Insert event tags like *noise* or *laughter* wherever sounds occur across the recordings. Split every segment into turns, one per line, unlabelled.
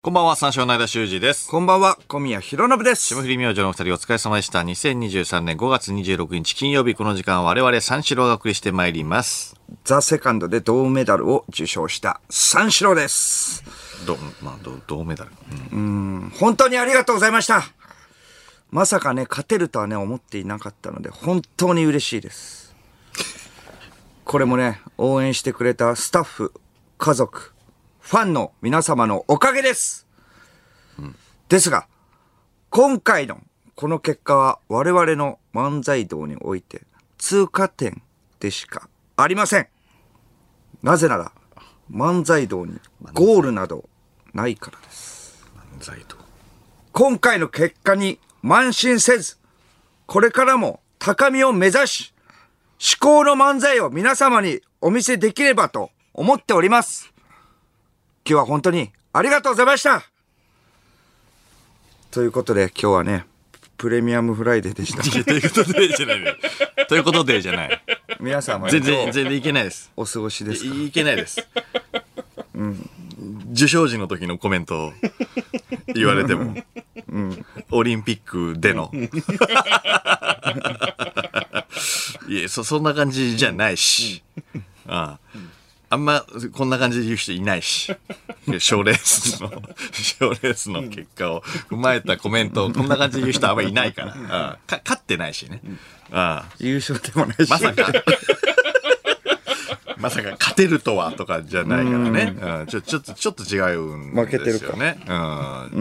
こんばんは、三章の間修二です。
こんばんは、小宮弘信です
霜。降り明星のお二人お疲れ様でした。2023年5月26日金曜日この時間我々三四郎がお送りしてまいります。
ザ・セカンドで銅メダルを受賞した三四郎です。
ど、まあ、ど銅メダル。
本当にありがとうございました。まさかね、勝てるとはね、思っていなかったので、本当に嬉しいです。これもね、応援してくれたスタッフ、家族、ファンの皆様のおかげです。ですが、今回のこの結果は我々の漫才道において通過点でしかありません。なぜなら、漫才道にゴールなどないからです。
漫才と。
今回の結果に慢心せず、これからも高みを目指し、至高の漫才を皆様にお見せできればと思っております。今日は本当にありがとうございましたということで今日はね、プレミアムフライデー
*laughs*
でした。
と *laughs* いうことでじゃない。ということでじゃない。
皆様は
全然、
どう
全然いけないです。
お過ごしですか
いいけないです。受賞時の時のコメントを言われても、オリンピックで
*laughs*
の。いやそ、そんな感じじゃないし。あああんまこんな感じで言う人いないし、賞レースの、賞レースの結果を踏まえたコメントをこんな感じで言う人あんまいないから、ああか勝ってないしね。ああ
優勝でもないし。
まさ
*laughs*
か。まさか勝てるとはとかじゃないからね。うん、ちょ、ちょっと、ちょっと違うんですよ、ね。
負けてるか
うん。う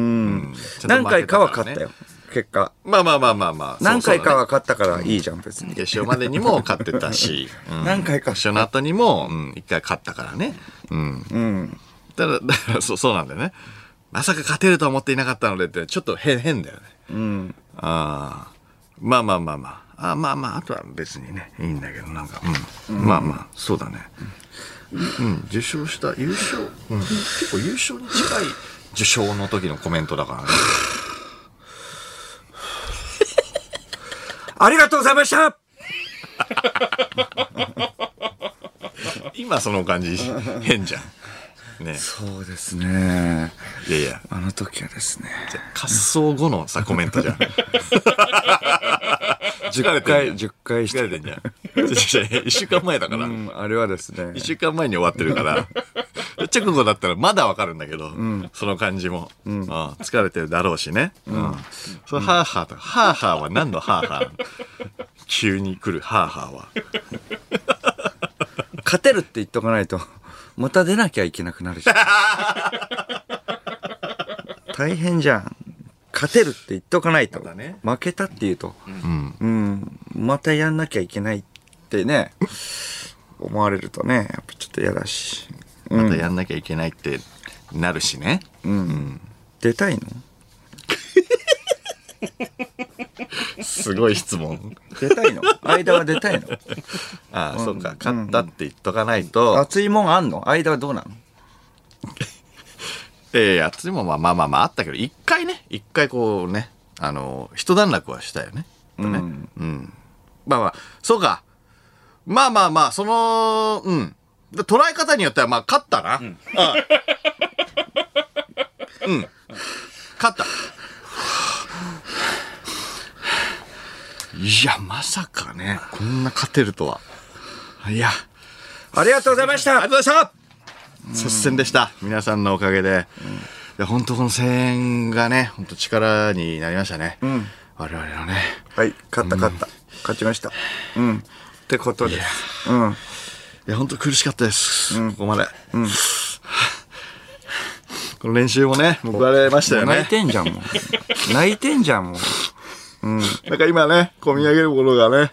ん。ちょっと負けたらね
何回かは勝ったよ。。結果。
まあまあまあまあまあ。
何回かは
そう
勝ったからいいじゃん、別
そうだ
に
ね。。決勝までにも勝ってたし。うん
何回か
決勝の後にも、うん、一回勝ったからね。うん。ただ、だから、そう、そうなんだよね。まさか勝てるとは思っていなかったのでって、ちょっと変、変だよね。ああ。まあまあまあまあ。あまあまあ、あとは別にね、いいんだけど、なんか、うん。まあまあ、そうだね。うん、受賞した、優勝、うん、結構優勝に近い受賞の時のコメントだからね。
ありがとうございました
今その感じ、変じゃん。ね。
そうですね。
いやいや、
あの時はですね。
滑走後のさ、コメントじゃん。 *laughs* 疲れ
10
て
回、
んじゃん。
10回し
疲れて
て。
んじゃん。ちょちょちょ一週間前だから。
うん、あれはですね
一。週間前に終わってるから、直後だったらまだわかるんだけど、その感じも、ああ疲れてるだろうしね。うんそのハーハーとか、ハーハーは何のハーハーなの急に来るハーハーは。
勝てるって言っとかないと、また出なきゃいけなくなるじゃ *laughs* ん。大変じゃん。勝てるって言っとかないと。
まだね
負けたって言うと、うん、またやんなきゃいけないってね、思われるとね、やっぱちょっと嫌だし。うん
またやんなきゃいけないってなるしね。
出たいの
すごい質問。
出たい *laughs* の間は出たいの
ああ、そうか、勝ったって言っとかないと、
熱いもんあんの間はどうなの
ええ、あっちもまあまあまあまああったけど、一回ね、一回こうね、あの、一段落はしたよね。
うん。
まあまあ、そうか。まあまあまあ、その、うん。で捉え方によっては、まあ、勝ったな。うん。うん勝った。いや、まさかね、こんな勝てるとは。いや、
ありがとうございました
ありがとうございました接戦でした。皆さんのおかげで。いや、本当この声援がね、本当力になりましたね。我々のね。
はい、勝った勝った。勝ちました。うん。ってことです。うん。
いや、本当苦しかったです。ここまで。 *laughs* この練習もね、報われましたよ
泣い
ね。
てんじゃん、も *laughs* う。泣いてんじゃん、もう。
なんか今ね、込み上げるものがね、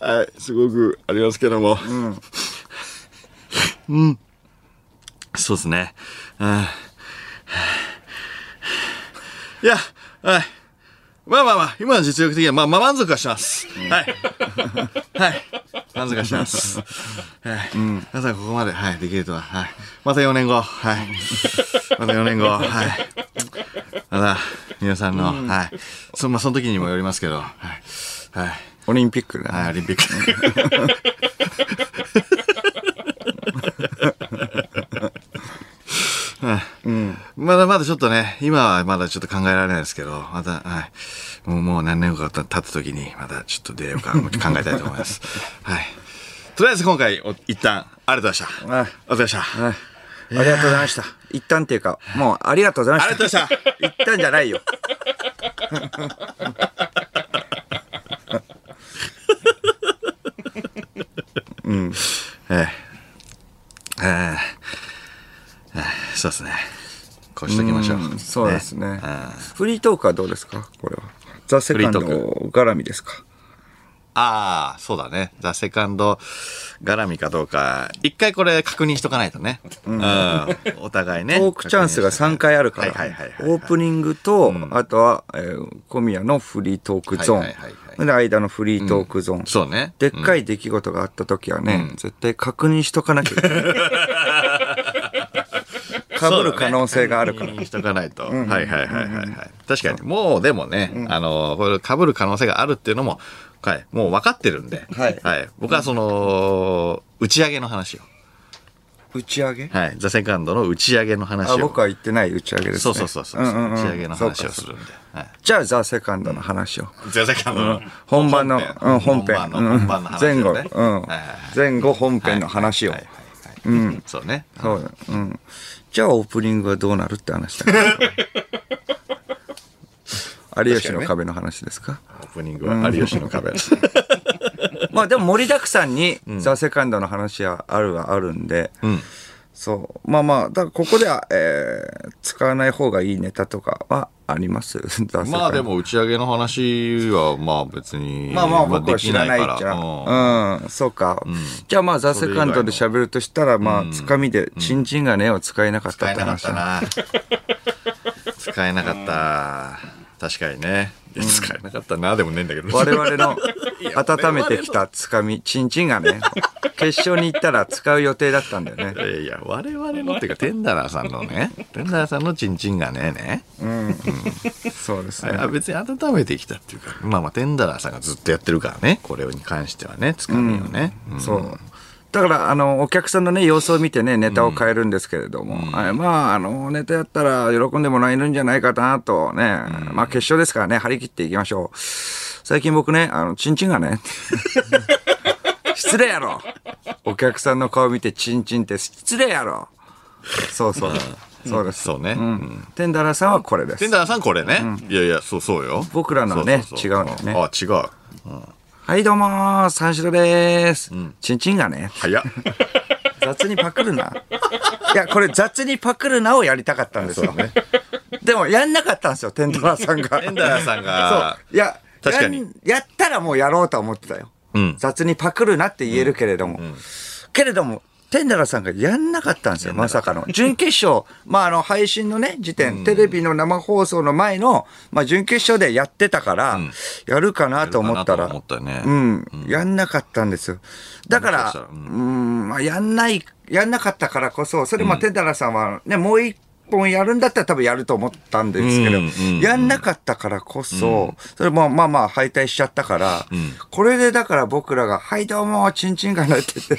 はい、すごくありますけども。うん。そうですね。あーいや、はい。まあまあまあ、今の実力的には、まあまあ満足はします。はい。はい。満足はします。はい。まさかここまで、はい、できるとは。はい。また4年後、はい。また4年後、はい。また、皆さんの、はい。そ、まあ、その時にもよりますけど、はい。はい。
オリンピックね。
はい、オリンピック。はいまだまだちょっとね、今はまだちょっと考えられないですけど、また、はい。もうもう何年後か経った時に、またちょっと出ようか、考えたいと思います。はい。とりあえず今回、お一旦、ありがとうございました。
はい
ありがとうございました。
はいありがとうございました。一旦っていうか、もうありがとうございま
あ
し
り
た。
がとうございました。
一旦じゃないよ。
ええ。ええ。ええそうですね。こうしときましょう。
そうですね
あー。
フリートークはどうですかこれは。ザ・セカンド
フリー
絡みですか
ああ、そうだね。ザ・セカンド絡みかどうか、一回これ確認しとかないとね。うん。お互いね。
トークチャンスが3回あるから、オ
はいはいはいはいはい
ープニングと、あとは、えー小宮のフリートークゾーン、
はいはいはいはい
で間のフリートークゾーン、
そうね。
でっかい出来事があった時はね、絶対確認しとかなきゃい
*laughs*
けない。かぶる可能性があるから。
確認しとかないと。はいはいはいはいはい。確かに、もうでもね、あの、これ被る可能性があるっていうのも、はい、もう分かってるんで、
はい
僕はその、打ち上げの話を。
打ち上げ
はい。ザ・セカンドの打ち上げの話
あ
を。
僕は言ってない打ち上げですね。
そうそうそうそう。
んんん
打ち上げの話を
そうか
するんで。はい。
じゃあ、ザ・セカンドの話を。
ザ・セカンドの
本番の、うん、本
本
編。
番の
うん
本番の話を
前後、
ね
うん
はいはいはい
前後本編の話を
はい。はいはいはいそうね。
そうだ、うん。じゃあ、オープニングはどうなるって話だ
*laughs*
から。有吉の壁の話ですか
オープニングは有吉の壁。
*laughs* まあでも盛りだくさんに「ザ・セカンドの話はあるはあるんで、
ん
そうまあまあだからここでは、えー使わない方がいいネタとかはあります
*laughs*
ザ
まあで
も
も打ち上げの話はまあ別に。
まあまあ僕は知らない
まあで
じ
き
ゃ
からうん
ん。うん、そうか。じゃあまあ、ザ・セカンドで喋るとしたら、まあ、つかみで、チンチンがねを使えなかった
使
っ
え
て
なかっ
話
た
だ
な。使えなかった。確かにね。いや使えなかったな、でもねえんだけど。
我々
*laughs*
の温めてきたつかみ、チンチンがね、決勝に行ったら使う予定だったんだよね。
いやいや、我々のっていうか、テンダラーさんの
*laughs*
ね、テンダラーさんのチンチンがねえね。
そうですね。
あ別に温めてきたっていうか、まあまあ、テンダラーさんがずっとやってるからね、これに関してはね、つかみをね。うん
そう。だから、あの、お客さんのね、様子を見てね、ネタを変えるんですけれども、はいまあ、あの、ネタやったら喜んでもらえるんじゃないかなとね、まあ、決勝ですからね、張り切っていきましょう。最近僕ね、あの、チンチンが
*laughs*
ね、失礼やろお客さんの顔見てチンチンって失礼やろそうそう。そうです。
そうね。
う
うん
ん。テンダラーさんはこれで
テ
す
ン。ダラーさんこれね。いやいや、そうそうよ。
僕らのはね
そうそ
違うのよね
あ、違う。
はい、どうもー、三四郎でーす。チンチンがね、
早っ。
雑にパクるな。いや、これ雑にパクるなをやりたかったんですよ。ね、でもやんなかったんですよ、テンダラーさんが。
テンダラーさんが、
いや、
確かに
やんやったらもうやろうと思ってたよ。
うん
雑にパクるなって言えるけれども。けれども、テンダラーさんがやんなかったんですよ、まさかの。準決勝、まあ、あの、配信のね、時点、テレビの生放送の前の、まあ、準決勝でやってたから、やるかなと思ったら
やるかなと思ったよね
うん、やんなかったんですよ。だか
も
ら
しかしたら、う
うんん、まあ、やんない、やんなかったからこそ、それ、まあ、テンダラーさんはね、もう一本やるんだったら多分やると思ったんですけど、
うんうん
やんなかったからこそ、それもまあまあ敗退しちゃったから、これでだから僕らが、はいどうも、チンチンがなって
*laughs*
て、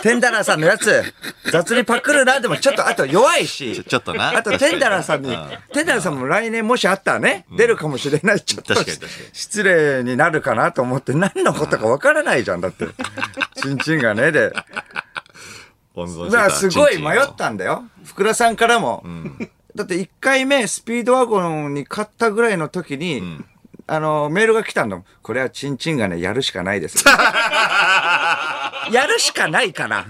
テンダラーさんのやつ、雑にパクるな、でもちょっとあと弱いし、
ちょっとな
あとテンダラーさんに
確かに、
テンダラーさんも来年もしあったらね、出るかもしれない、ちょっと
確かに確かに
失礼になるかなと思って、何のことかわからないじゃん、だって。チンチンがね、
*laughs*
で。
温存
だ
して
か
た
らすごい
チンチンを
迷ったんだよ。福田さんからも。だって1回目スピードワゴンに勝ったぐらいの時に、あの、メールが来たんだもん。これはチンチンがね、やるしかない
*laughs*
です。やるしかないかな。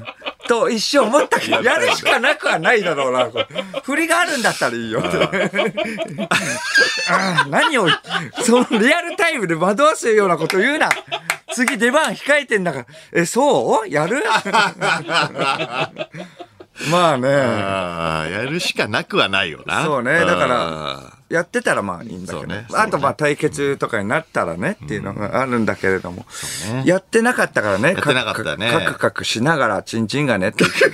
と一瞬思ったけど、やるしかなくはないだろうな。これ振りがあるんだったらいいよ。ああ何を、そのリアルタイムで惑わすようなこと言うな。次出番控えてんだから、え、そうや
*laughs*
るまあね。
ああ、やるしかなくはないよな。。
そうねだからやってたらまあいいんだけ
そう
ど、
ねそうね
あとまあ対決とかになったらねっていうのがあるんだけれども、
ね
やってなかったからね、
やってなかったね
カクカクカクしながら、チンチンがねって言って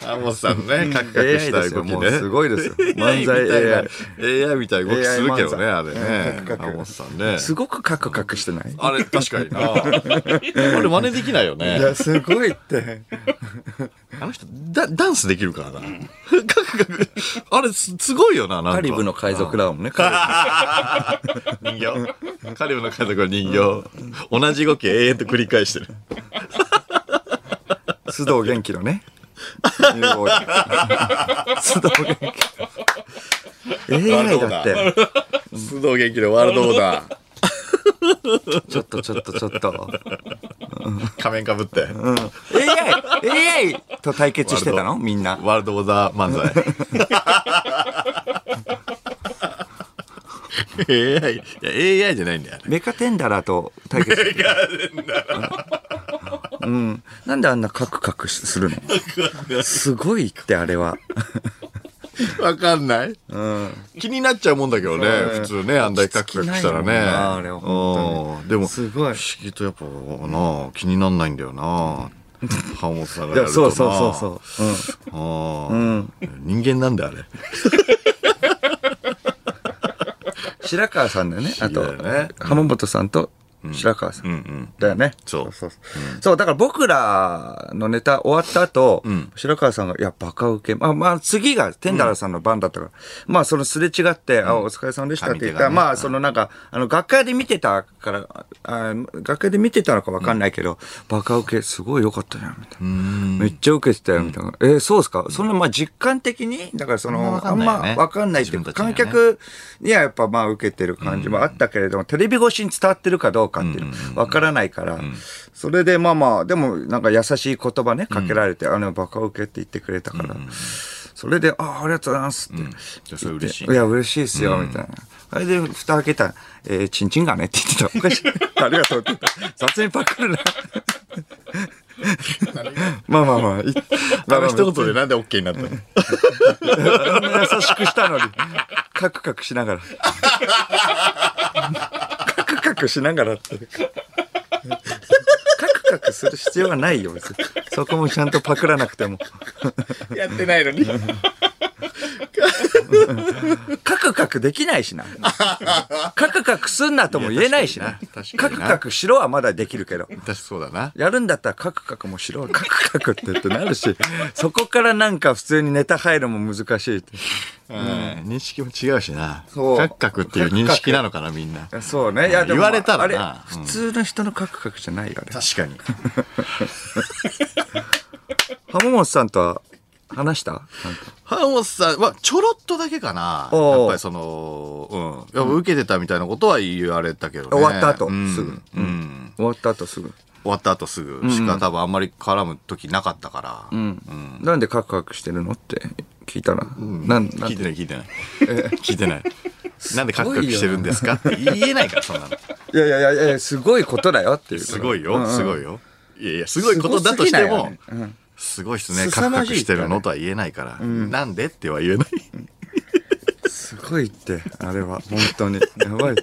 タモさんね、カクカク
AI
した
です
*laughs*
よ、
動き
もう
ね。
すごいですよ。 *laughs* 漫
AI みたいな
才
AI みたいな動きするけどね、
AI
あれね
漫。才
タモさんね
AI。。すごくカクカクしてない
あれ、確かにな。
*laughs*
あれ真似できないよ
い
ね。
や、すごい
*laughs*
って。
あの人、ダダンスできるからな。 *laughs* カクカク。あれ、すすごいよな、なんか。
カリブの海賊だもんね。
人形。 *laughs* カリブの家族の人形。同じ動き永遠と繰り返してる。
*laughs* 須藤元気のね。須藤元気。AI だって。
須藤元気のワールドオーダー。
ちょっとちょっとちょっと。
*laughs* 仮面かぶって。
AI! AI! と対決してたのみんな。
ワールドオーダー漫 *laughs* 才。AI、いや AI じゃないんだよね。
メカテンダラーと対決してた。うん。なんであんなカクカクするのすごいって、あれは。
わかんない、気になっちゃうもんだけどね、普通ね、あんだけカクカクしたら
落ち着きないもんなあ
ね。
れは本
うんでも、
す
不
ごい
思議とやっぱな、気になんないんだよな。浜本さんが
い
や
や、
ると
そうそうそうそう。うん
う。うん、人間なんだ、あれ。
白川さんだよね。あと、
だよね
浜本さんと白川さん。だよね。
そう
そうそうだから僕らのネタ終わった後、白川さんが、いや、バカウケ。まあまあ、次がテンダラーさんの番だったから、まあ、そのすれ違って、あ、お疲れ様でしたって言った
上手が
ら、
ね
まあ、そのなんか、あの、学会で見てたから、あ学会で見てたのかわかんないけど、バカウケ、すごい良かったじゃん、みたいな。めっちゃ受けてたよ、みたいな。えーそうですかそんな、まあ、実感的に、だからその、あ
あん
ん
まわかんないよね
まわかんないって
自
いう
分た
か、
ちにはね
観客にはやっぱまあ受けてる感じもあったけれども、テレビ越しに伝わってるかどうかっていうのわからないから、それでまあまあ、でもなんか優しい言葉ね、かけられて、あの、バカ受けって言ってくれたから、それで、ああ、ありがとうございますって言って、
じゃあそれ嬉しいね
いや、嬉しいですよ、みたいな。あれで、蓋開けたら、えー、チンチンがねって言ってた。おか
*laughs*
しい。ありがとうって言った。雑にパクるな。まあまあまあ、いま
あ
あま
の
あ
一言でなんで OK になったの
あんな優しくしたのに、カクカクしながら。カクカクしながらって。カクカクする必要はないよ、別にそこもちゃんとパクらなくても。
やってないのに。
カクカクできないしな。カクカクすんなとも言えないしな。
確か
カ
に
ク
な
カクしろはまだできるけど。
確かそうだな。
やるんだったらカクカクもしろ、カクカクって言ってなるし、そこからなんか普通にネタ入るのも難しいって。
うん認識も違うしな。
そう
カクカクっていう認識なのかな、みんな。
そうね。いや、でも
言われたら
あれ
なうん
普通の人のカクカクじゃないよ、あれ。
確かに。
浜本さんとは話したなんか
ハモさんはちょろっとだけかな。や
おう
っぱりその、うん。やっぱ受けてたみたいなことは言われたけどね。
終わった後
うん
すぐ
うん。
終わった後すぐ。
終わった後すぐしか多分あんまり絡む時なかったから。
なんでカクカクしてるのって聞いたら。なんなん
聞いてない聞いてない。聞いてない。なんでカクカクしてるんですかって言えないから、そんなの。
いやいやいやいや、すごいことだよっていう。
すごい
うん
よ、
うん
すごいよ。いやいや、すごいことだとして
すごすぎないよ
も
ね、
すごいですね。カク
凄
カ
ま
ク
じい
してるのとは言えないから、なんでっては言えない。 *laughs*
すごいって、あれは、本当に。や
*laughs*
ばい。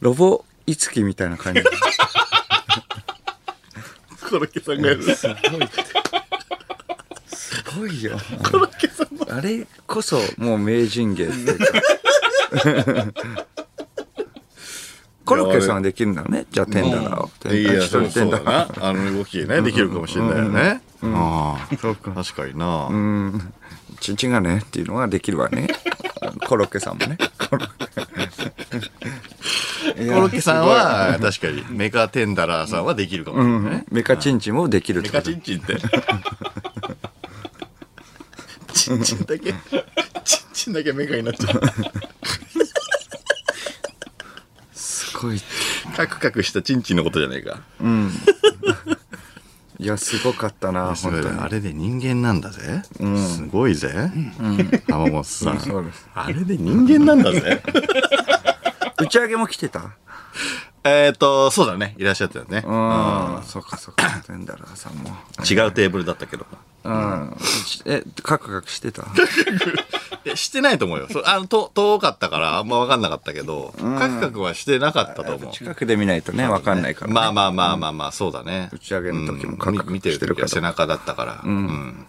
ロボ、いつきみたいな感じ。
コロッケさんがやる。
すごいよ。あれこそ、もう名人芸っていうか。 *laughs* コロッケさんはできるんだね。じゃあ、テンダラーを。
い
テンダラー
や、
一人
そう
テ
そう
ンダ
だ
ラー
な。あの動きね、できるかもしれないよね。ああ、
そうか
確かにな。
うん、チンチンがねっていうのはできるわ *laughs* ね。コロッケさんもね。コ
コ
ロ
ロッケさんは、確かに、メカテンダラーさんはできるかもしれないね。
メカチンチンもできるっ
メ
て
カ
こと
チンチンって。 *laughs* チンチンだけ、チンチンだけメカになっちゃう。
すごい。
カクカクしたチンチンのことじゃねえか。
*laughs* いや、すごかったな、
す
本
ごい
当に。
あれで人間なんだぜ。すごいぜ。浜本さん
そうです。
*laughs* あれで人間なんだぜ。
打ち上げも来てた
ええっ、と、そうだね。いらっしゃったよね。
うん、そっかそっか。テンダラーさんも。
違うテーブルだったけど。
うん。え、カクカクしてた
いやしてないと思うよ。そあのと遠かったからあんま分かんなかったけど、カクカクはしてなかったと思う。
*laughs* 近くで見ないとね、わかんないからね。
まあまあまあまあまあ、そうだね。
打ち上げの時もカ
う
ク
ん
カク
み見てる
してる
時
から
は背中だったから。うん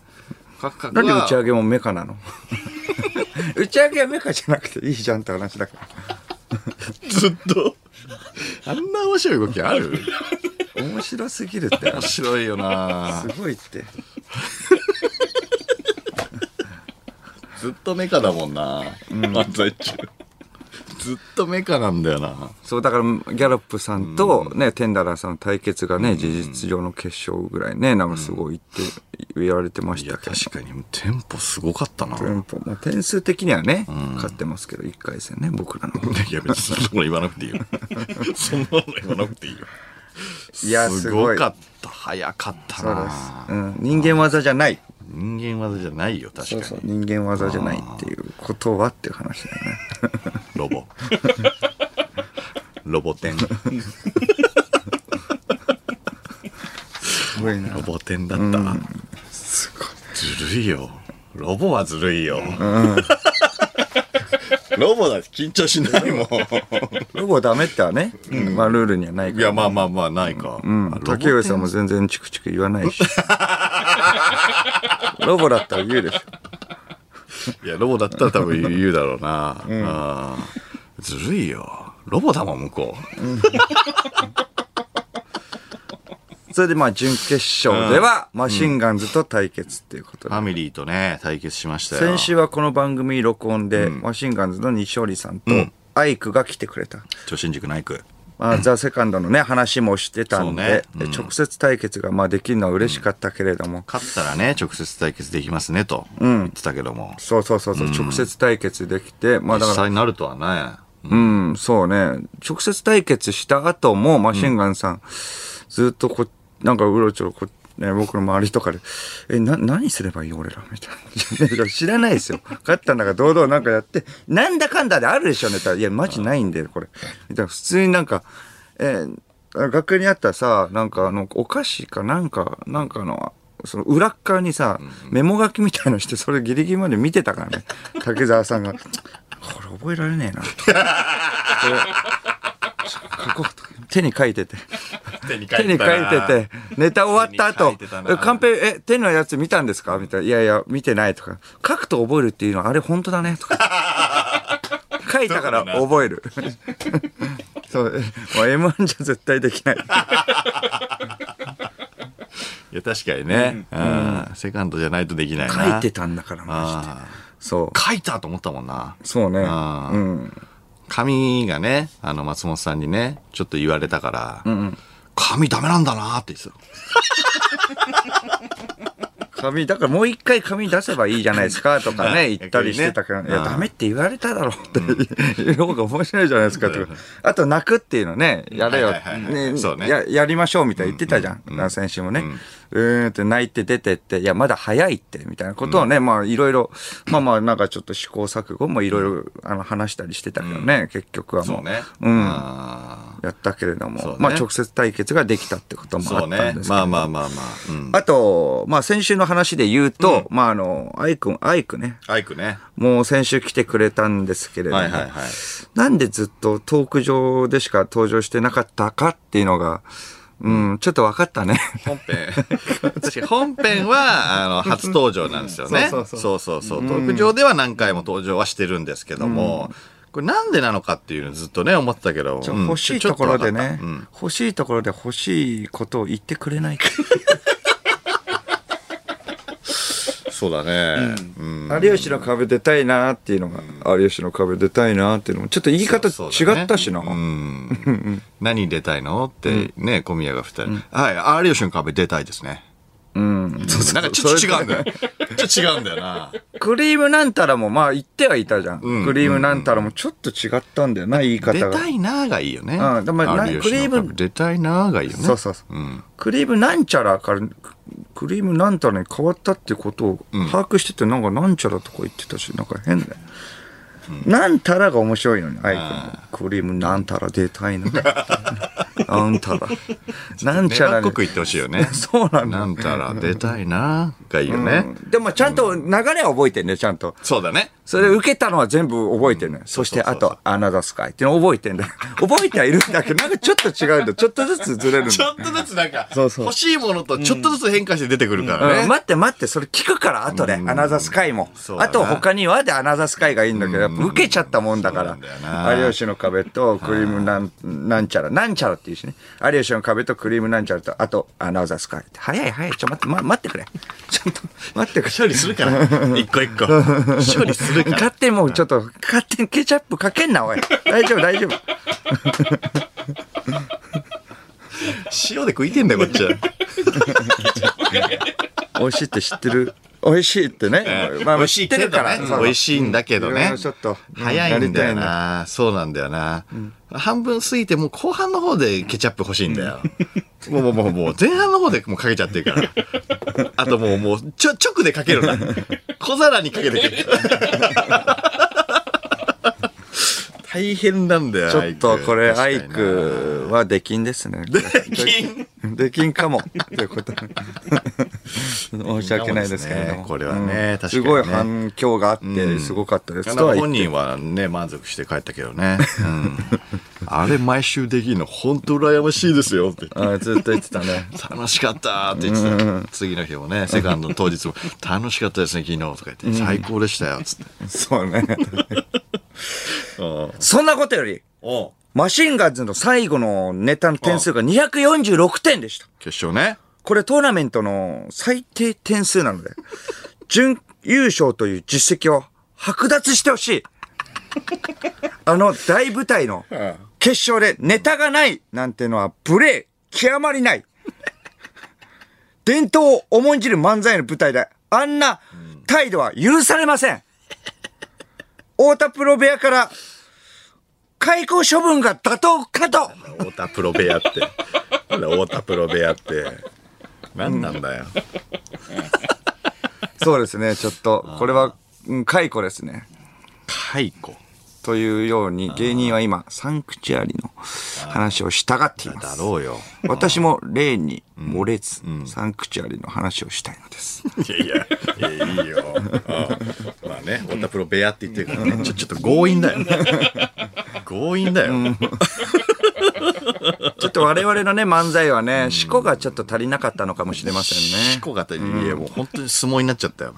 カクカク
な
は
んで打ち上げもメカなの *laughs* 打ち上げはメカじゃなくていいじゃんって話だから。
ずっと。あんな面白い動きある
面白すぎるって
面白いよな
*laughs* すごいって
ずっとメカだもんな、漫才中。ずっとメカなんだよな。
そうだからギャロップさんとね、テンダラーさんの対決がね、事実上の決勝ぐらいねなんかすごいって言われてまし
いや、
たけど、
確かにテンポすごかったな。
テンポまあ点数的にはね、勝ってますけど1回戦ね僕らの
いや、別にそんなの言わなくていい
*laughs*
よ。そんなの言わなくていいよ。
いや
す
す
ご
ごい
かった。早かった
そうで
な。
す、うん、人間技じゃない
人間技じゃないよ、確か
そう
に。
そう人間技じゃないっていうことはっていう話だよね
ロ
*laughs*
ボ。ロボテン。
すごいな
ロボテンだった。
すごい
ずるいよ。ロボはずるいよ。 *laughs* ロボだって緊張しないもん。
ロボダメってはね、まあルールにはないか
い
ら
や、まあまあまあ、ないか。
うん
あ、
竹上さんも全然チクチク言わないしロボだったら言うでしょ
いや、ロボだったら多分言うだろうな。あーずるいよ。ロボだもん、向こう。
それでまあ準決勝ではマシンガンズと対決っていうこと
フ
で、
ァミリーとね、対決しましたよ。
先週はこの番組録音で、マシンガンズの西織さんとアイクが来てくれた、
超新塾ナイク。
まあ、ザ・セカンドのね話もしてたんで、
そうねうん
直接対決がまあできるのは嬉しかったけれども、
勝ったらね、直接対決できますね、と言ってたけども。
そうそうそうそう、直接対決できてまあ
実
だから
際になるとはね。
うん、そうね。直接対決した後も、マシンガンさん、ずっとこ、なんかうろちょろこ、ね、僕の周りとかで、え、な、何すればいい俺らみたいな。 *laughs* 知らないですよ。勝ったんだから堂々なんかやって、なんだかんだであるでしょ、ネタ。いや、マジないんだよ、これ。みたいな。普通になんか、えー学園にあったさ、なんかあの、お菓子かなんか、なんかの、その裏っ側にさ、メモ書きみたいのして、それギリギリまで見てたからね。竹澤さんが、こ *laughs* れ覚えられねえな。書こうと手に書いてて
手に書
手に書いててネタ終わった
手
後
に書いてたな
えカンペえ手のやつ見たんですか?」みたいな「いやいや見てない」とか「書くと覚えるっていうのはあれ本当だね」とか
*laughs*
書いたから覚える *laughs* そうえもう m 1じゃ絶対でき
*laughs*
ない
いや、確かにね。うん。セカンドじゃないとできないな。
書いてたんだからマジで
あ
そ
ー書いたと思ったもんな。
うそうね
あー
うん
紙がね、あの、松本さんにね、ちょっと言われたから、紙ダメなんだなって言ってた。
紙だからもう一回紙出せばいいじゃないですかとか
は
ね
い
言ったりしてたから、い
逆にね
やダメって言われただろうって言う *laughs* 方が面白いじゃないですかとかあと泣くっていうのねやれよ
はいはいはいはい
ね
そうね
ややりましょうみたいな言ってたじゃん、先週もね、うーんって泣いて出てっていやまだ早いってみたいなことをね、まあいろいろまあまあなんかちょっと試行錯誤もいろいろあの話したりしてたけどね、結局はも
そう
う
ね。
うん
あ
やったけれども、
そうね
まあ直接対決ができたってこと
ー
もあ
そうん
ったで
ね
すけ。ど
まあまあまあまあ。うん。
あと、まあ先週の話で言うと、まああの、アイくん、アイクね、
アイクね。
もう先週来てくれたんですけれども、
はいはいはい。
なんでずっとトーク上でしか登場してなかったかっていうのが、うん、ちょっと分かったね。
本編。確かに本編は、あの、
*laughs*
初登場なんですよね。
そう
そうそうそう。トーク上では何回も登場はしてるんですけども、これなんでなのかっていうのずっとね、思ってたけど。うん
欲しいところで
ちょっとわかっ
ね
たうん、
欲しいところで欲しいことを言ってくれないか。
そうだね。うん。
有吉の壁出たいなっていうのが、有吉の壁出たいなっていうのも、ちょっと言い方
そうそうだね
違ったしな。
う
*laughs*
ん。何出たいのってね、小宮が二人。はい、有吉の壁出たいですね。うん。なんかちょっと違うんだよ。ちょっと違うんだよな。
クリームなんたらもまあ言ってはいたじゃん。
うん
クリームなんたらもちょっと違ったんだよな、言い方
出
が。
たいなーがいいよね。
うんでもな
有吉の
クリー
壁
ム
出たいなーがいいよね。
そうそうそう。クリームなんちゃらから、ククリームなんたらに変わったってことを把握してて、なんかなんちゃらとか言ってたし、なんか変だよ。なんたらが面白いのに、アイくんも。クリームなんたら出たい *laughs* な。なんたら。なんちゃ
粘っ
らに
こく言ってほしいよね
*laughs* そうなんだ
なんたら出たいながいいよね、
でもちゃんと流れは覚えてんね、ちゃんと。
そうだね
それ受けたのは全部覚えてるね。そして、あと、アナザースカイっていうの覚えてんだよ。覚えてはいるんだけど、なんかちょっと違うんだ。ちょっとずつずれるん
ち
だ。
ょっとずつなんか
そうそう
欲しいものとちょっとずつ変化して出てくるからね、
うん待って待って、それ聞くから、後で、アナザースカイも
そう。だ
あ
な
と他にはでアナザースカイがいいんだけど、やっぱ受けちゃったもんだか
そうなんだよ
ら。
な
有吉の壁とクリームなん、なんちゃら、なんちゃらっていうしね。有吉の壁とクリームなんちゃらと、あと、アナザースカイって。早い早い、ちょ、待って、ま、待ってくれ。ちょっと、待ってくれ。
処理するから一個一個処理するから
勝手にもうちょっと、勝手にケチャップかけんな、おい。大丈夫、大丈夫。
塩で食いてんだよこっちは
美味しいって知ってる。美味しいってね。まあまあ知ってるから。
美
そう
味しいんだけど
いろい
ね
ろちょっとうん
早いんだ
や
よ
りたい
なそうなんだよな、半分過ぎてもう後半の方でケチャップ欲しいんだよ、もうもうもうもう前半の方でもうかけちゃってるからあともうもうちょ直でかけるな小皿にかけてくる大変なんだよ
ちょっとこれ、アイ
ク
クは出禁で
*laughs*
すね。 *laughs*
金
出禁かも。ということで *laughs* 申し訳ないですけれども。
これはね
うん
確かにね
すごい反響があっ
う
て、
ん
すごかったです。
なん
と
か
は言っ
本人はね満足して帰ったけどね、うんあれ毎週できるの本当羨ましいですよって
あずっと言ってたね。 *laughs*
楽しかったって言ってた、次の日もねセカンドの当日も「楽しかったですね昨日」とか言って「最高でしたよ」っつって、
そうね。
うん
そんなことより、
お
マシンガンズの最後のネタの点数が246点でした。
決勝ね
これトーナメントの最低点数なので、準優勝という実績を剥奪してほしい。あの大舞台の決勝でネタがないなんてのは無礼極まり *laughs* ない。伝統を重んじる漫才の舞台で、あんな態度は許されません。太田プロ部屋から解雇処分が妥当かと
太田プロ部屋ってなんだ太田プロ部屋って何なんだよ、
そうですね、ちょっと、これは、うん、解雇ですね。
解雇
というように芸人は今サンクチュアリの話をしたがっていま
だ
す
ろうよ
私も例に漏れず、サンクチュアリの話をしたいのです。
いやいやいやいいよ、うんまあね太田プロ部屋って言ってるからねちょちょっと強引だよ強引だよ、
ちょっと我々のね、漫才はね、思考がちょっと足りなかったのかもしれません
思
ね。
考がたいやもう本当に相撲になっちゃったよ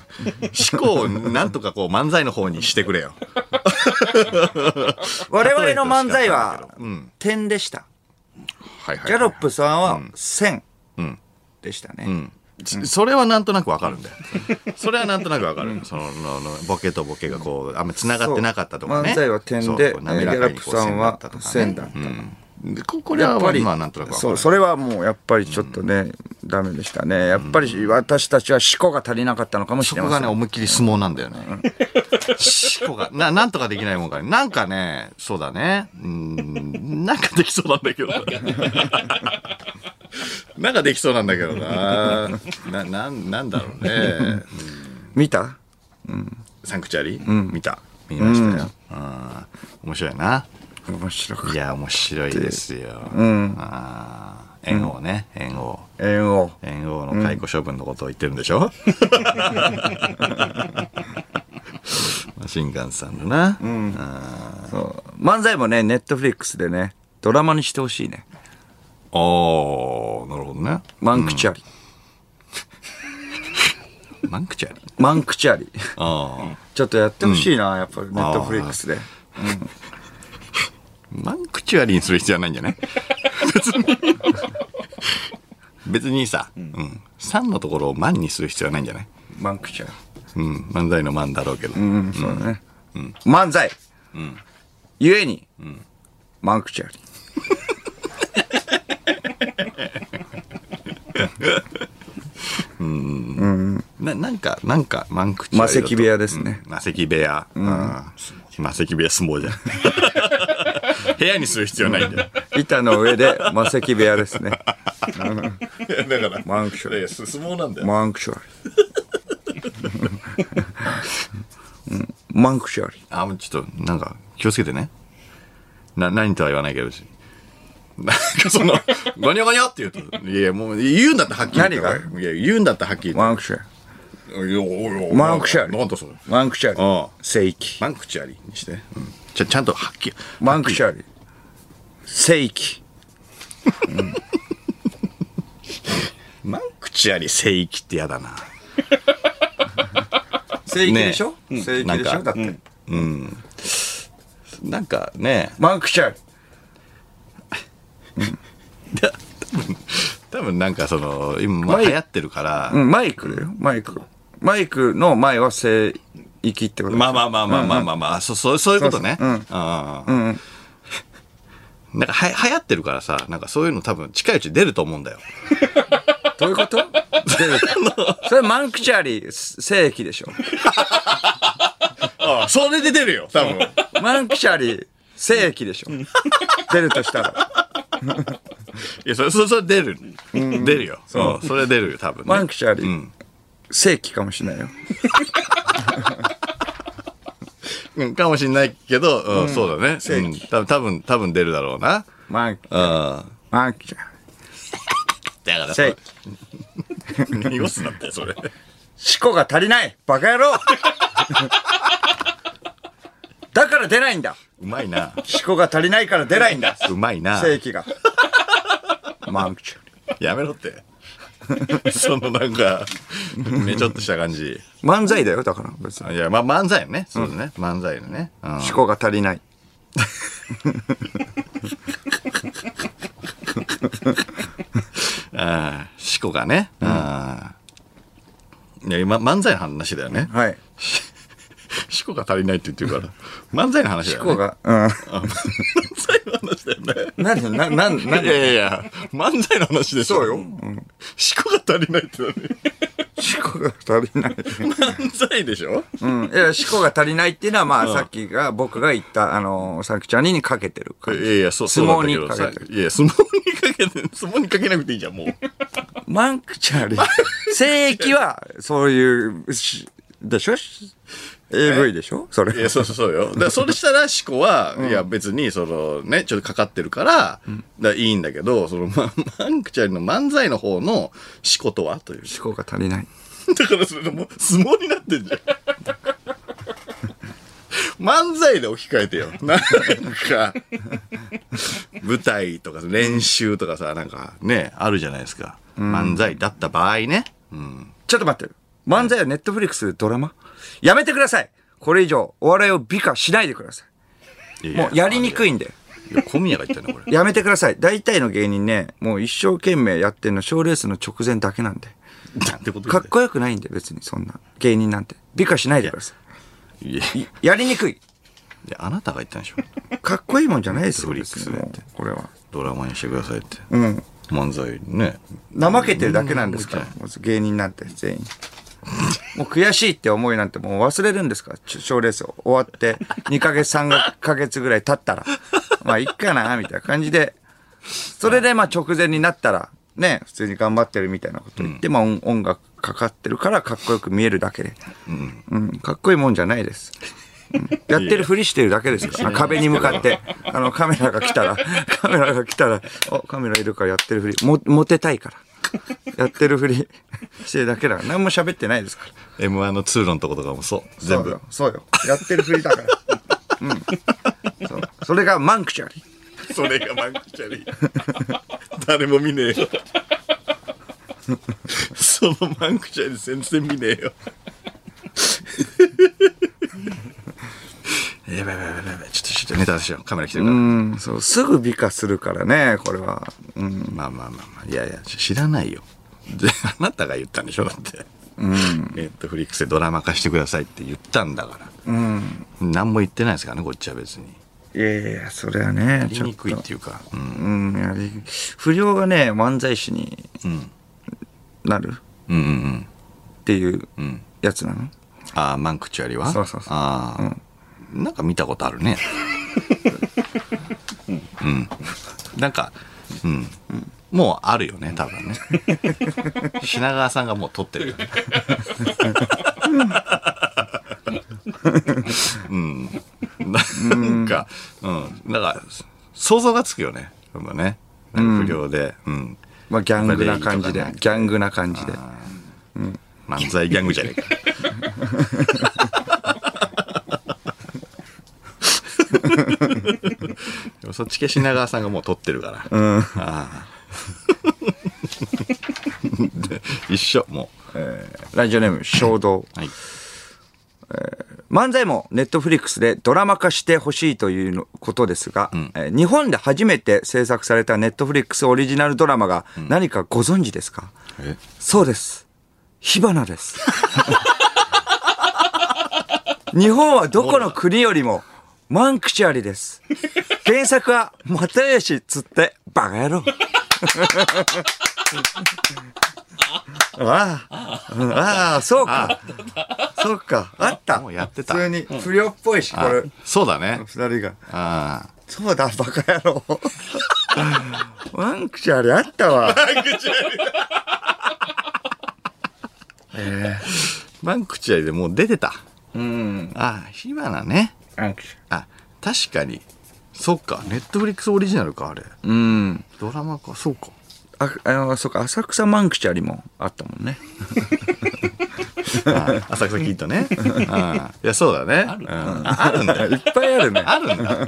思考をなんとかこう漫才の方にしてくれよ
我々の漫才は
うん
点でした。
はいはい
ギャロップさんは1000でしたね。
そそれはなんとなくわかるんだよそれはなんとなくわかるそのののボケとボケがこうあんまつながってなかったとかね
漫才は点
そう
で、ギ
こう滑ら
ャ
か
ロ
に
ップ
こう
さんは
線だったとかね
1000だった。
うんでここれはまあまあなんとなくわか
そ
る
う、それはもうやっぱりちょっとね、ダメでしたね。やっぱり私たちは思考が足りなかったのかもし
そ
れ
こ
ま
が
せん。
ね、思いっきり相撲なんだよね。しこが、な、なんとかできないもんかね。なんかね、そうだね。うーん、なんかできそうなんだけどな。なんかできそうなんだけどな。な、なん、なんだろうね。
見た
サンクチュアリ、見た。見ましたよ。うん。面白いな。
面白かっ
いや、面白いですよ。うん。あー猿王ね、猿王。
た。円を。
猿王の解雇処分のことを言ってるんでし *laughs* ょ、マシンガンさんのな、
そう漫才もね、ネットフリックスでね、ドラマにしてほしいね。
ああなるほどね
マンクチャリ。
マンクチャリ
マンクチャリ。
ああ
ちょっとやってほしいな、やっぱりネットフリックスで。
マンクチュアリにする必要はないんじ *laughs* ゃない別に別にさ、うん、3のところを「マン」にする必要はないんじゃない
マンクチャリ。
うん漫才の「マン」だろうけど、
うん、そうだね。漫才。ゆえに、マンクチャリ。
ななんかなんかマンクチュアリ
魔石部屋ですね。
マセキ部屋、うん、マセキ部屋相撲じゃん
*laughs*
部屋にする必要ないんだよ
板の
*laughs*
上で魔石部屋ですね。
いやだから
マンクチュアリ
いや相撲なんだよ
マンクチュアリ。うんマンクシュアリー。
あ、もうちょっと、なんか、気をつけてね。な、何とは言わないけどし。なんかその、ゴニョゴニョって言うと、いやいや、もう言うんだったらはっきり言って
何が
いや、言うんだったらはっきり言っ
マンクシュアリー。
て。いやおいおい
マンクシュアリー。
なんだそれ。
マンクシュアリ
あ
ー
あ。
聖域。
マンクチュアリーにして。うん。ちゃ、ちゃんとはっきり。
マンクシュアリー。聖域。
マンクチュアリー聖域ってやだな。
聖域でしょ
ねえうん
聖域でし
な
ょ
ん
だ
か
って。
なんかね、
マンクシュアリー。
多分なんかその、今まあ
前
流行ってるから、
うん、マイクだよ、マイク。マイクの前は聖域ってこと
まあまあまあまあまあまあまあ、そそうそういうことね。
そうそううん
ああなんかは流行ってるからさ、なんかそういうの多分近いうち出ると思うんだよ。
あ。どういうこと出るそれマンクチャリー聖域でしょ。
ああ、それで出るよ、多分。
マンクチャリー聖域でしょ。出るとしたら。
いや、それ、それ、それ出る。出るよ。そう、それ出るよ、多分ね。
マンクチャリ
う
ー
ん
聖域かもしれないよ。
うん、かもしんないけど、うん、そうだね。うん、多分、多分、多分出るだろうな。
マンク、
うん。
マンクチャリ
だ
ー
から、 *laughs*
聖域。
濁すなって、それ。
思考が足りないバカ野郎だから出ないんだ
うまいな。
思考が足りないから出ないんだ
うまいな。
正規がマンクチャ
*laughs*
リ
やめろって。そのなんか、ね、ちょっとした感じ。
ー漫才だよだから別に
いや、まあ、漫才ね。そうだね。漫才のね。うん。
思考が足りない
ああ、しこがね。ああ。いや、今、漫才の話だよね。 *laughs*
はい
しこが足りないって言ってるから。漫才の話だよ
思考
ね。
がうん
漫才の話だよね。
何で何何
いやい
何
やいや、漫才の話でしょ。
そうよ、うん、
しこが足りないって
思考が足りない
何漫才でしょ
うんいや思考が足りないっていうのはまあ、さっきが僕が言ったあのサクちゃんにかけてる感
い
じ
やいや、そう、そ
相
うなん
撲
だけど
にか
さ
けてる
いや、相撲にかけて、相撲にかけなくていいじゃん、もう。
マンクチャリー。正規は、そういう、しでしょし ?AV でしょそれ。
いや、そうそうそうよ。だからそれしたら、シコは、いや、別に、その、ね、ちょっとかかってるから、だからいいんだけど、その、ま、マンクちゃんの漫才の方のシコとはという。
思考が足りない。
だからそれもう相撲になってんじゃん。漫才で置き換えてよ。なんか、舞台とか練習とかさ、なんかね、あるじゃないですか。漫才だった場合ね。うん。
ちょっと待って。漫才はネットフリックスでドラマやめてくださいこれ以上、お笑いを美化しないでくださ
い
い。
や
もうやりにく
い
いんで。
や。いや小宮が言ったね、これ。
やめてください。大体の芸人ね、もう一生懸命やってるの、賞レースの直前だけなんで。
なんてこと
か
言
*laughs* っこよくないんで、別にそんな。芸人なんて。美化しないでくださ
ういやい
い。やりにくい。
や、あなたが言ったんでしょ。
かっこいいもんじゃないですよ。
ネットフリックスで
別に
っ
も
て
うこれは。
ドラマにしてくださいって。
うん。
漫才ね。
怠けてるだけなんですから、もう芸人なんて全員。もう悔しいって思いなんてもう忘れるんですから、賞レースを終わって、2ヶ月、3ヶ月ぐらい経ったら、まあ、いっかな、みたいな感じで、それでまあ直前になったら、ね、普通に頑張ってるみたいなこと言って、まあ音音楽かかってるからかっこよく見えるだけで、うんかっこいいもんじゃないです。うんやってるふりしてるだけですから、壁に向かって、あの、カメラが来たら、 *laughs* カメラが来たら、お、カメラいるからやってるふり、も、モテたいから。やってるふり *laughs* してるだけだから、何も喋ってないですから。
M1 の通路のとことかもそう。全
そう
部
よ。。そうよ。やってるふりだから。うん。そう。それがマンクチャリ。
それがマンクチャリー。誰も見ねえよ。そのマンクチャリー全然見ねえよ。やばいやばいやばいやばい。ちょっとちょっとネタ出しよう。カメラ来てるから。
うん。そう。すぐ美化するからね、これは。うん。
まあまあまあまあ。いやいや、ちょ知らないよ。で、 *laughs* あなたが言ったんでしょだって。ネットフリックスでドラマ化してくださいって言ったんだから。何も言ってないですからね、こっちは別に。
いやいや、それはね、
言いにくいっていうか。うん。
うん、やり、不良がね、漫才師に
ん
なる
うんうんうん。
っていう
うん
やつなの、
ああ、マンクチュアリは
そうそうそう
ああ、なんか見たことある
*laughs*
ね。うん。なんか、うん。もうあるよね、多分ね。品川さん
*laughs*
がもう撮ってるよね。か、うん。なんか、想像がつくよね。やっぱね。なんか不良で、うん。
まあギャングな感じで
まあ礼儀とかね
ギャングな感じで
漫才ギャングじゃねえか。でもそっち系品川さんがもう撮ってるから。うん。ああで一緒、も
ラジオネーム衝動
う。はい。
*laughs* 漫才もネットフリックスでドラマ化してほしいというのことですが、えー日本で初めて制作されたネットフリックスオリジナルドラマが何かご存知ですか、
え
そうです火花です *laughs* 日本はどこの国よりもマンクチュアリです原作は又吉っつってバカ野郎 *laughs* ああうんああそうかそうかあった
もうやってた
普通に不良っぽいし、これ
そうだね
二。人が
ああ。
そうだバカ野 *laughs* 郎マンクチュアリあったわ
バンクチャリでもう出てた。
うん
ああ、火花ね。
マンクチュア
あ、確かに。そっか、ネットフリックスオリジナルか、あれ。
リうん
ドラマか、そうか。
ああのそうか浅草マンクチュアリもあったもんね
ああ浅草キッドね。ああいや、そうだね。うんあるんだよ。
いっぱいあるね
*laughs* あるんだ。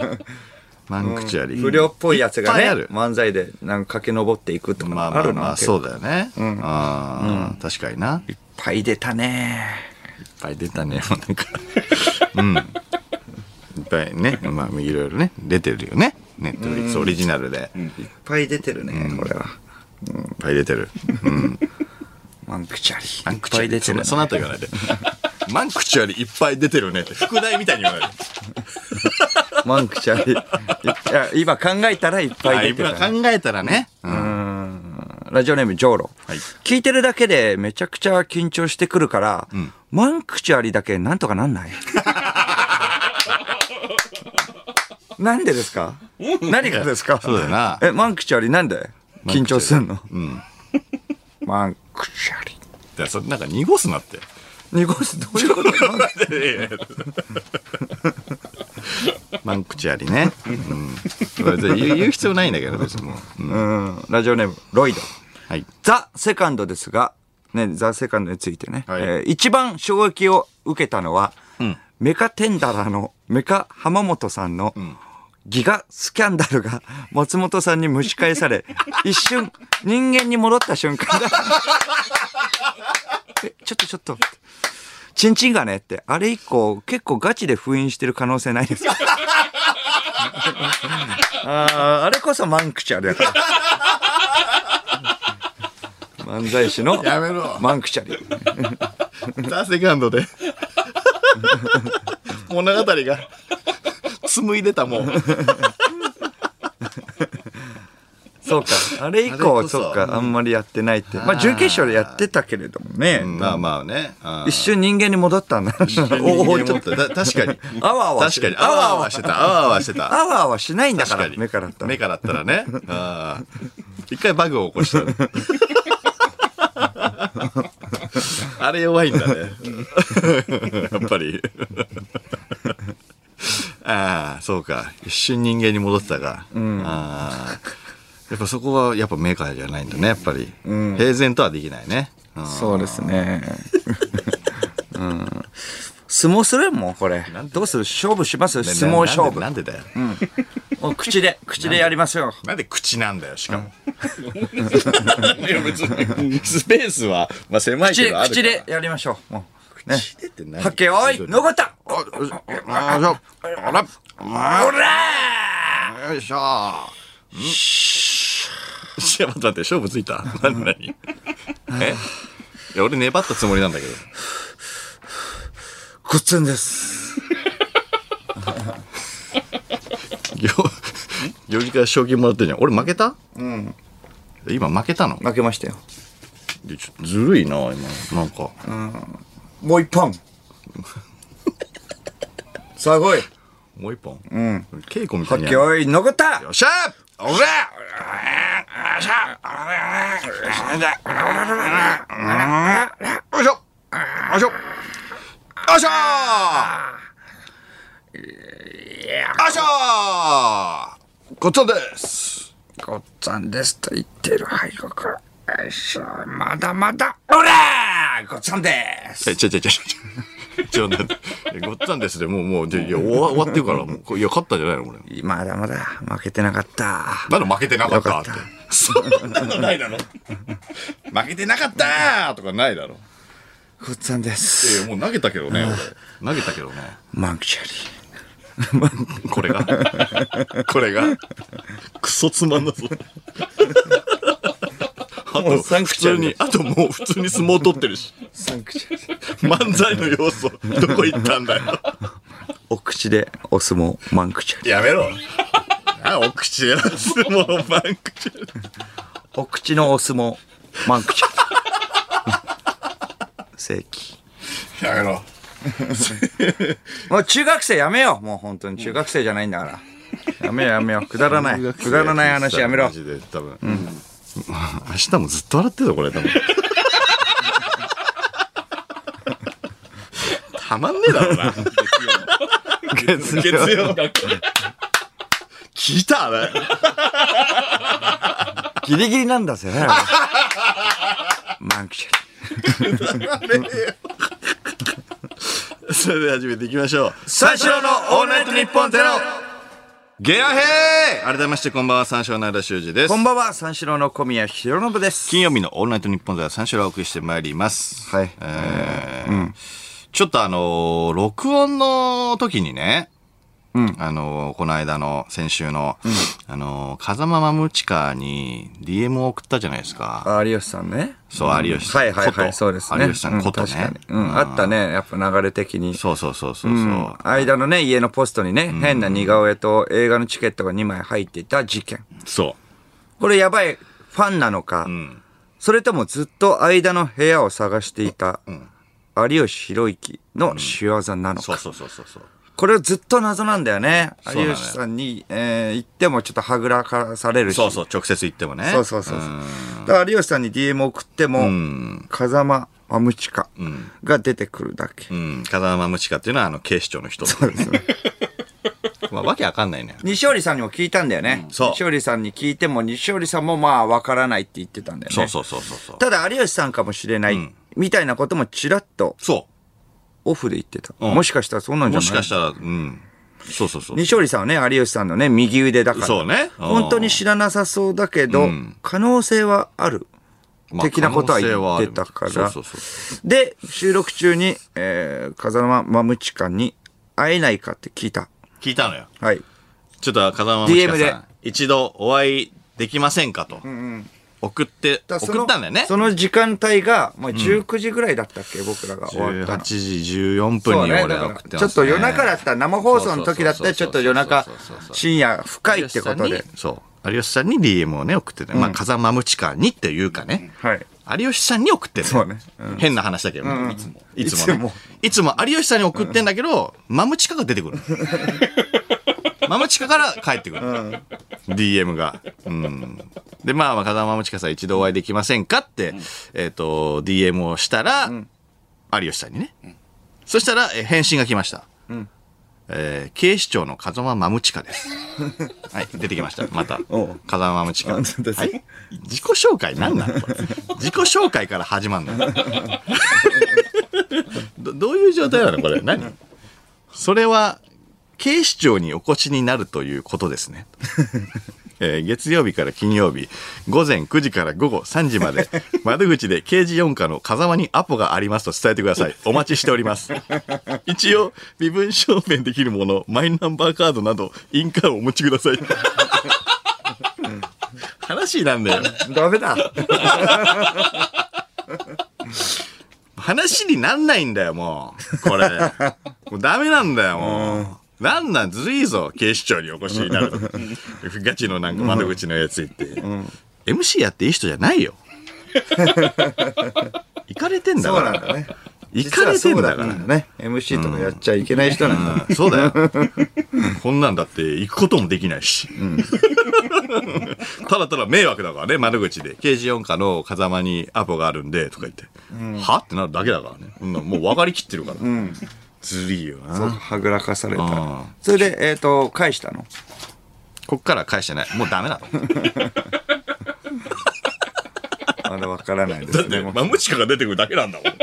マンクチュアリ。
不良っぽいやつが
いっ
ね
ぱいある
漫才でなんか駆け上っていくと
まあ
か
ま
あ
あ
る
ま
な
あ、
結
そ
構
うだよね。ああ確かにな。いっ
いっぱい出たね
ぱい出たね、もうなんか。うん。いっぱいね、まあ、いろいろね、出てるよね。ネットフリックスオリジナルで。いっ
いっぱい出てるねこれは
ぱい出てる。うん。
マンクチャリ
マ
い
ン
っ
クチ
ぱ
ュア
い
リ
出てるね
そのその後言わないで。マンクチュアリいっぱい出てるねって、副題みたいに言わないで。
マンク
*laughs*
チャリいや今考えたらいっぱ
あ
い出て
今
るね
考えたらね。うん
ラジオネームジョーロ、
はい
聞いてるだけでめちゃくちゃ緊張してくるから、マンクチュアリだけなんと
*laughs*
かなんないなんでですか何がですか
そうだよな
えマンクチュアリなんで緊張すんのマンクチュアリ
だからそれなんか濁すなって。
濁すどういうことマンク
マンクチュアリね。うん。別に言う言う必要ないんだけど、別にもう。うん
うんラジオネームロイド
はい。
ザ・セカンドですが、ね、ザ・セカンドについてね、
はい
えー一番衝撃を受けたのは、メカテンダラーのメカ浜本さんのギガスキャンダルが松本さんに蒸し返さ
*laughs*
れ、一瞬人間に戻った瞬間だ。えちょっとちょっと。チンチンがねって、あれ以降結構ガチで封印してる可能性ないですか *laughs* あーあれこそマンクチャーだから。漫才師の
やめろ
マンクチャリ。
ザ・セカンドで。物語が紡いでたもん。
そうか。あれ以
あれこ
降、
そ
そうか。あんまりやってないって。まあ、準決勝でやってたけれどもね。
まあまあね。うん
一瞬人間に戻ったんだ。 *laughs*
人間に戻ったた確かに。
あわあわし
確かに。あわあわしてた。あわあわしてた。
あわあわしないんだか、
確からに。
目からったら
目からったらね。あー一回バグを起こした。 *laughs* あれ弱いんだね。 *laughs* やっぱり。 *laughs* ああ、そうか。一瞬人間に戻ってたか。あーやっぱそこはやっぱメーカーじゃないんだね、やっぱり。平然とはできないね。うん
そうですね。 *laughs* うん。相撲するもん、これ。どうする勝負します相撲勝負。
なんでなんでだよ。
もう口で、口でやりますよ。
なんで口なんだよ、しかも。 *laughs* いや別にスペースは、まあ、狭い
口
け
で
ど、あるから
口でやりましょう。もう。ね。
口でって何
はっけ、おい、残ったお
あら、あら、あ
ら
ら、よいしょ。いや、待って待って、勝負ついた何何えいや、俺粘ったつもりなんだけど。
ごっつんです。
よ、よじから賞金もらってんじゃん。俺負けたうん。今負けたの
負けましたよ。
いやちょっとずるいな、今。なんか。
もう一 *laughs* 本。さあ来い。
もう一本うん。稽古みたいにやる。よ
今日残った
っしゃおらよいしょよいしょよいしょあしゃーこっちゃんです
ごっつぁんですと言ってる背後から。よいしょ、まだまだ、おらーごっつぁんです
え、ちょちょちょちょ。 *laughs* ちょ、なんでごっちゃんですで、もう、もう、じゃいや、終わ終わってるから、もうこれ、いや、勝ったんじゃないのこれ。
まだまだ、負けてなかった。
なんで負けてなかったって
よか。
そんなのないだろ。 *laughs* 負けてなかったーとかないだろ。
ごっつぁんで
い
す。
やもう投げたけどね、俺。投げたけどね。
マンクチャリー。
これが。 *laughs* これが。クソつまんなそう。あと、普通に、あともう普通に相撲取ってるし。
サンクチャリー。
漫才の要素、どこ行ったんだよ。
お口でお相撲、マンクチャリー。
やめろ。あ、お口やらすもうバンクチャ
お口のお相撲、マンクチャリー。 *laughs* 正規。
やめろ。
もう中学生やめよう。もう本当に中学生じゃないんだから。やめようやめよう。くだらない。くだらない話やめろ
マ。ジで、多分。明日もずっと笑ってるぞ、これ、多分。たまんねえだろうな。
月
月曜。聞いたあれ。
ギリギリなんだぜ。マンクチャリ
それでは始めていきましょう。
三四郎のオールナイトニッポンゼロ
ゲアヘー改めまして、こんばんは、三四郎の間修二です
こ。んばんは、三四郎の小宮弘信です。
金曜日のオールナイトニッポンでは三四郎をお送りしてまいります。
はい
えーちょっとあのー録音の時にね、あのーこの間の、先週の、あのー風間マムチカに DM を送ったじゃないですか。
あ有吉さんね。
そう、有吉さん。
はいはいは
こ
い、
と
そうですね。
有吉さんこと
うん確
ね
かに。うん、あったね、やっぱ流れ的に。
そうそうそうそうそう。
うん間のね、家のポストにね、変な似顔絵と映画のチケットが2枚入っていた事件。
そ
これやばい、ファンなのか、それともずっと間の部屋を探していた、有吉弘行の仕業なの
う。そ
か
う。そうそうそうそう。
これずっと謎なんだよね。
そうなのよ
有吉さんに、えー、言ってもちょっとはぐらかされるし。
そうそう、直接言ってもね。
そうそうそうそう
うん
だから有吉さんに DM 送っても、
ん
風間マムチカが出てくるだけ。
うん、風間ムチカっていうのはあの警視庁の人そうですね。 *laughs* まあ、わけわかんないね。
西織さんにも聞いたんだよね。
そう
西織さんに聞いても、西織さんもまあ分からないって言ってたんだよね。
そうそうそうそうそう。
ただ有吉さんかもしれない、
ん
みたいなこともちらっと
そ
オフで言ってた。
うん
もしかしたらそうな
う。
んじゃ
も
ない
しかしたら、うん。そうそうそう。
西織さんはね、有吉さんのね、右腕だから。
そうねうん
本当に知らなさそうだけど、可能性はある。
まあ
的なことは
可能性ある
言ってたから
そうそうそう。
で、収録中に、えー、風間マムチカに会えないかって聞いた。
聞いたのよ。
はい。
ちょっと風間ムチカ
DM で
さん、一度お会いできませんかと。送って、
だからそ
送
の
ったんだよね。
その時間帯が、まあ、19時ぐらいだったっけ、僕らが終わった
18
の。
時14分に
ね、
俺は送っ
だか
てますね。
らちょっと夜中だったら、生放送の時だったら、ち
そ
ょ
うそうそうそ
っ
う
と夜中
そうそうそう、そう
深夜深いってこと
有
で
吉さん。にそう。有吉さんに DM をね、送ってて、まあ、風間ムチカにっていうかね。
はい。
有吉さんに送ってる。
そうね
変な話だけど、いつも。いつも,、
いつも
いつも有吉さんに送ってんだけど、マムチカが出てくる。
*laughs*
マムチカから帰ってくる。DM が。うん。で、まあまあ、風間マムチカさん一度お会いできませんかって、えっ、と、DM をしたら、有吉さんにね。そしたら、えー返信が来ました。えー警視庁の風間マムチカ
*laughs*
です。はい、出てきました。また。風
お
間
う
マムチカ。はい、
そうです
*laughs* 自己紹介なんなのこれ自己紹介から始まんのどどういう状態なのこれ何それは、警視庁にお越しになるということですね。えー月曜日から金曜日、午前9時から午後3時まで、窓口で刑事4課の風間にアポがありますと伝えてください。お待ちしております。一応、身分証明できるもの、マイナンバーカードなど、印鑑をお持ちください。話なんだよ。
ダメだ。
話になんないんだよ、もう。こ
*laughs*
れ。もうダメなんだよ、もう。なんなん、ずるいぞ、警視庁にお越しになると。ガチのなんか窓口のやつ行って。MC やっていい人じゃない
*laughs*
よ。行かれてんだ
そ
か
うなんだ
ら。
*laughs* ね。
行かれてんだから。
ね。MC とかやっちゃいけない人なんだ。
うんそうだよ。 *laughs* こんなんだって行くこともできないし。ただただ迷惑だからね、窓口で。刑事4課の風間にアポがあるんで、とか言って。はってなるだけだからね。そんなもう分かりきってるから。ずりいよ
そう
な。
はぐらかされた
あ
それでえっ、と返したの
こっから返してない。もうダメだと。
まだわからない *laughs* ですね
マムシカが出てくるだけなんだもん。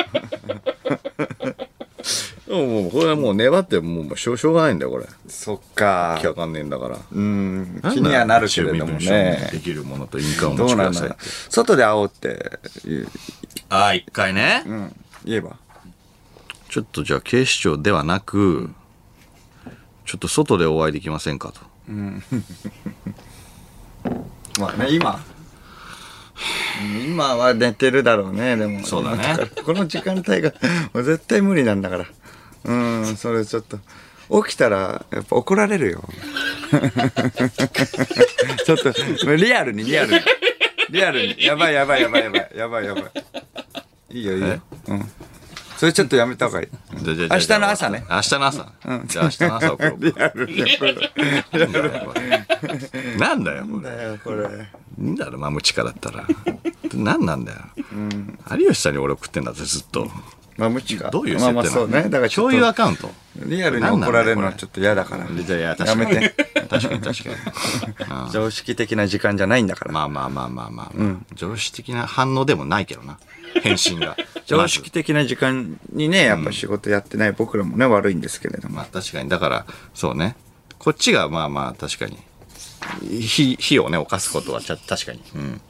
もうこれはもう粘ってもうしょうしょうがないんだよこれ。
そっか
気わかんねえんだから。
うん気にはなるけれどもね
できるものと印鑑をお持
どう
ちく
な
だ
んだ
さい
ろう。外で会おうって言う
ああ、一回ね、
うん、言えば
ちょっとじゃあ警視庁ではなく、ちょっと外でお会いできませんかと。
まあね今今は寝てるだろうねでも
そうだね
今からこの時間帯がもう絶対無理なんだからうんそれちょっと起きたらやっぱ怒られるよ *laughs* ちょっとリアルにリアルにリアルにやばいやばいやばいやばいやばいやばいいいよいいようんそれちょっとやめた方がいい
じゃあじゃあ
明日の朝ね。
明日の朝。じゃあ明日の朝送ろう
リアルにこ
なんだよこれなんだよ、これ。
れよこれ
いいんだろ、マムチカだったら。なんなんだよ。有吉さんに俺送ってんだぜ、ずっと。
まあ無知が
どういう設定
まあ
なの、
まあそうねだからちょっと
共有アカウント。
リアルに怒られるのはちょっと嫌だから。
じゃあいや、確
や
かに。
めて。
確かに確かに。うん
常識的な時間じゃないんだから。
まあまあまあまあまあ、常識的な反応でもないけどな。返信が。
常識的な時間にね、やっぱ仕事やってない僕らもね、悪いんですけれども
ま。あ確かに。だから、そうね。こっちがまあまあ確かに。火、火をね、犯すことはちゃ確かに。うん。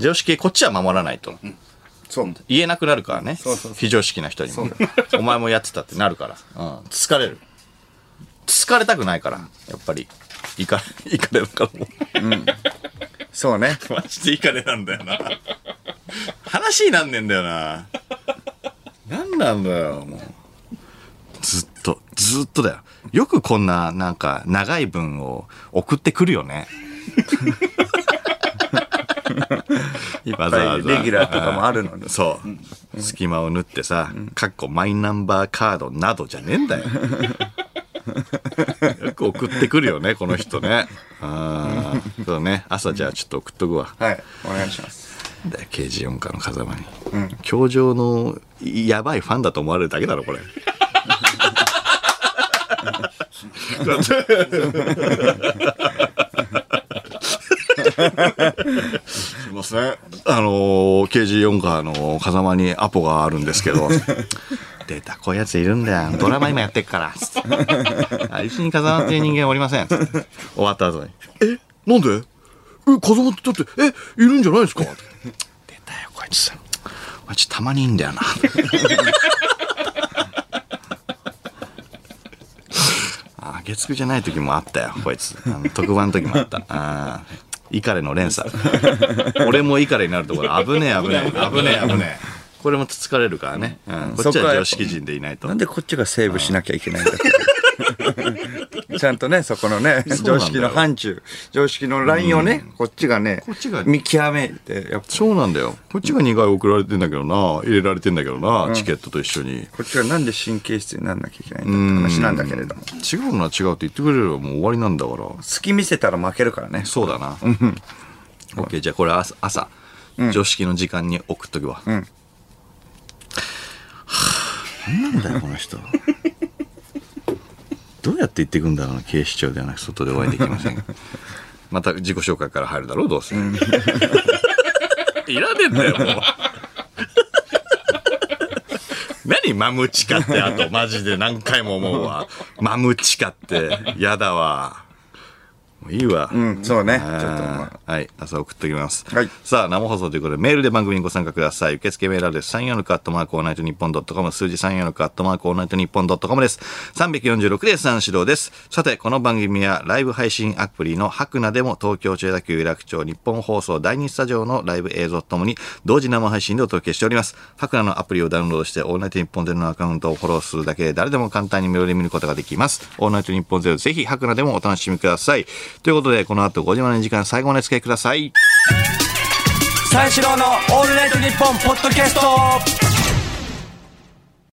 常識、こっちは守らないと。
そう。
言えなくなるからね。
そうそうそう
非常識な人にも。お前もやってたってなるから。うん。疲れる。疲れたくないから、やっぱり。いか、 *laughs* いかれだからもう。
そうね。
*laughs* マジでイカレなんだよな。話になんねんだよな。なんなんだよ、もう。ずっと、ずっとだよ。よくこんな、なんか、長い文を送ってくるよ
*laughs*
ね。
いっぱ
わざわ
い
ざ。
レギュラーとかもあ
*laughs*
るのに。
そう。隙間を縫ってさ、かっこマイナンバーカードなどじゃねえんだよ。よく送ってくるよね、この人ね。ああ。そうね。朝じゃあちょっと送っとくわ。
はい。お願いします。
だよ刑事4課の風間に、教場のやばいファンだと思われるだけだろこれすいませんあのー、刑事4課の風間にアポがあるんですけど出たこういうやついるんだよドラマ今やってっからつって *laughs* あ一緒に風間っていう人間おりませんつって終わった後にえなんでえ風間ってだってえいるんじゃないですか出たよこいつこいつたまにいいんだよな *laughs* あ月9じゃない時もあったよこいつあの特番の時もあったあーイカレの連 *laughs* 鎖俺もイカレになるところ危ねえ危ねえ *laughs* 危ねえ危ねえこれもつつかれるからね、うん、こっち
そこは
は
やっぱ
常識人でいないと
なんでこっちがセーブしなきゃいけないんだって。ちゃんとね、そこのね、
うなんだよ
常識の範疇、常識のラインをね、こっちがね
こっちが、
見極めて、やっぱ、
そうなんだよこっちが2回送られてんだけどな入れられてんだけどな、チケットと一緒に
こっちがなんで神経質になんなきゃいけないんだって話なんだけれども。
違うのは違うって言ってくれればもう終わりなんだから
隙見せたら負けるからね。
そうだな。オッケー、じゃあこれ朝、朝、常識の時間に送っとくわ。はあなんだよ、この人。どうやって行ってくんだろうな、警視庁ではなく外でお会いできませんが。また自己紹介から入るだろう、どうせ。いらねえんだよ、もう。何マムチカってあとマジで何回も思うわマムチカってやだわもういいわ、
うん、そうね。ちょっとまあ
あーはい、朝送っておきます。
はい
さあ、生放送ということで、メールで番組にご参加ください。受付メールアドレス34のカットマークオールナイトニッポンドットコム、数字34のカットマークオールナイトニッポンドットコムです。346で三四郎です。さて、この番組はライブ配信アプリのハクナでも東京千代田区有楽町日本放送第2スタジオのライブ映像とともに同時生配信でお届けしております。ハクナのアプリをダウンロードして、オールナイトニッポンゼロのアカウントをフォローするだけで誰でも簡単に無料で見ることができます。オールナイトニッポンゼロ、ぜひハクナでもお楽しみください。ということで、この後5時までの時間、最後までお付き合いください。
三四郎の「オールナイトニッポン」ポッドキャスト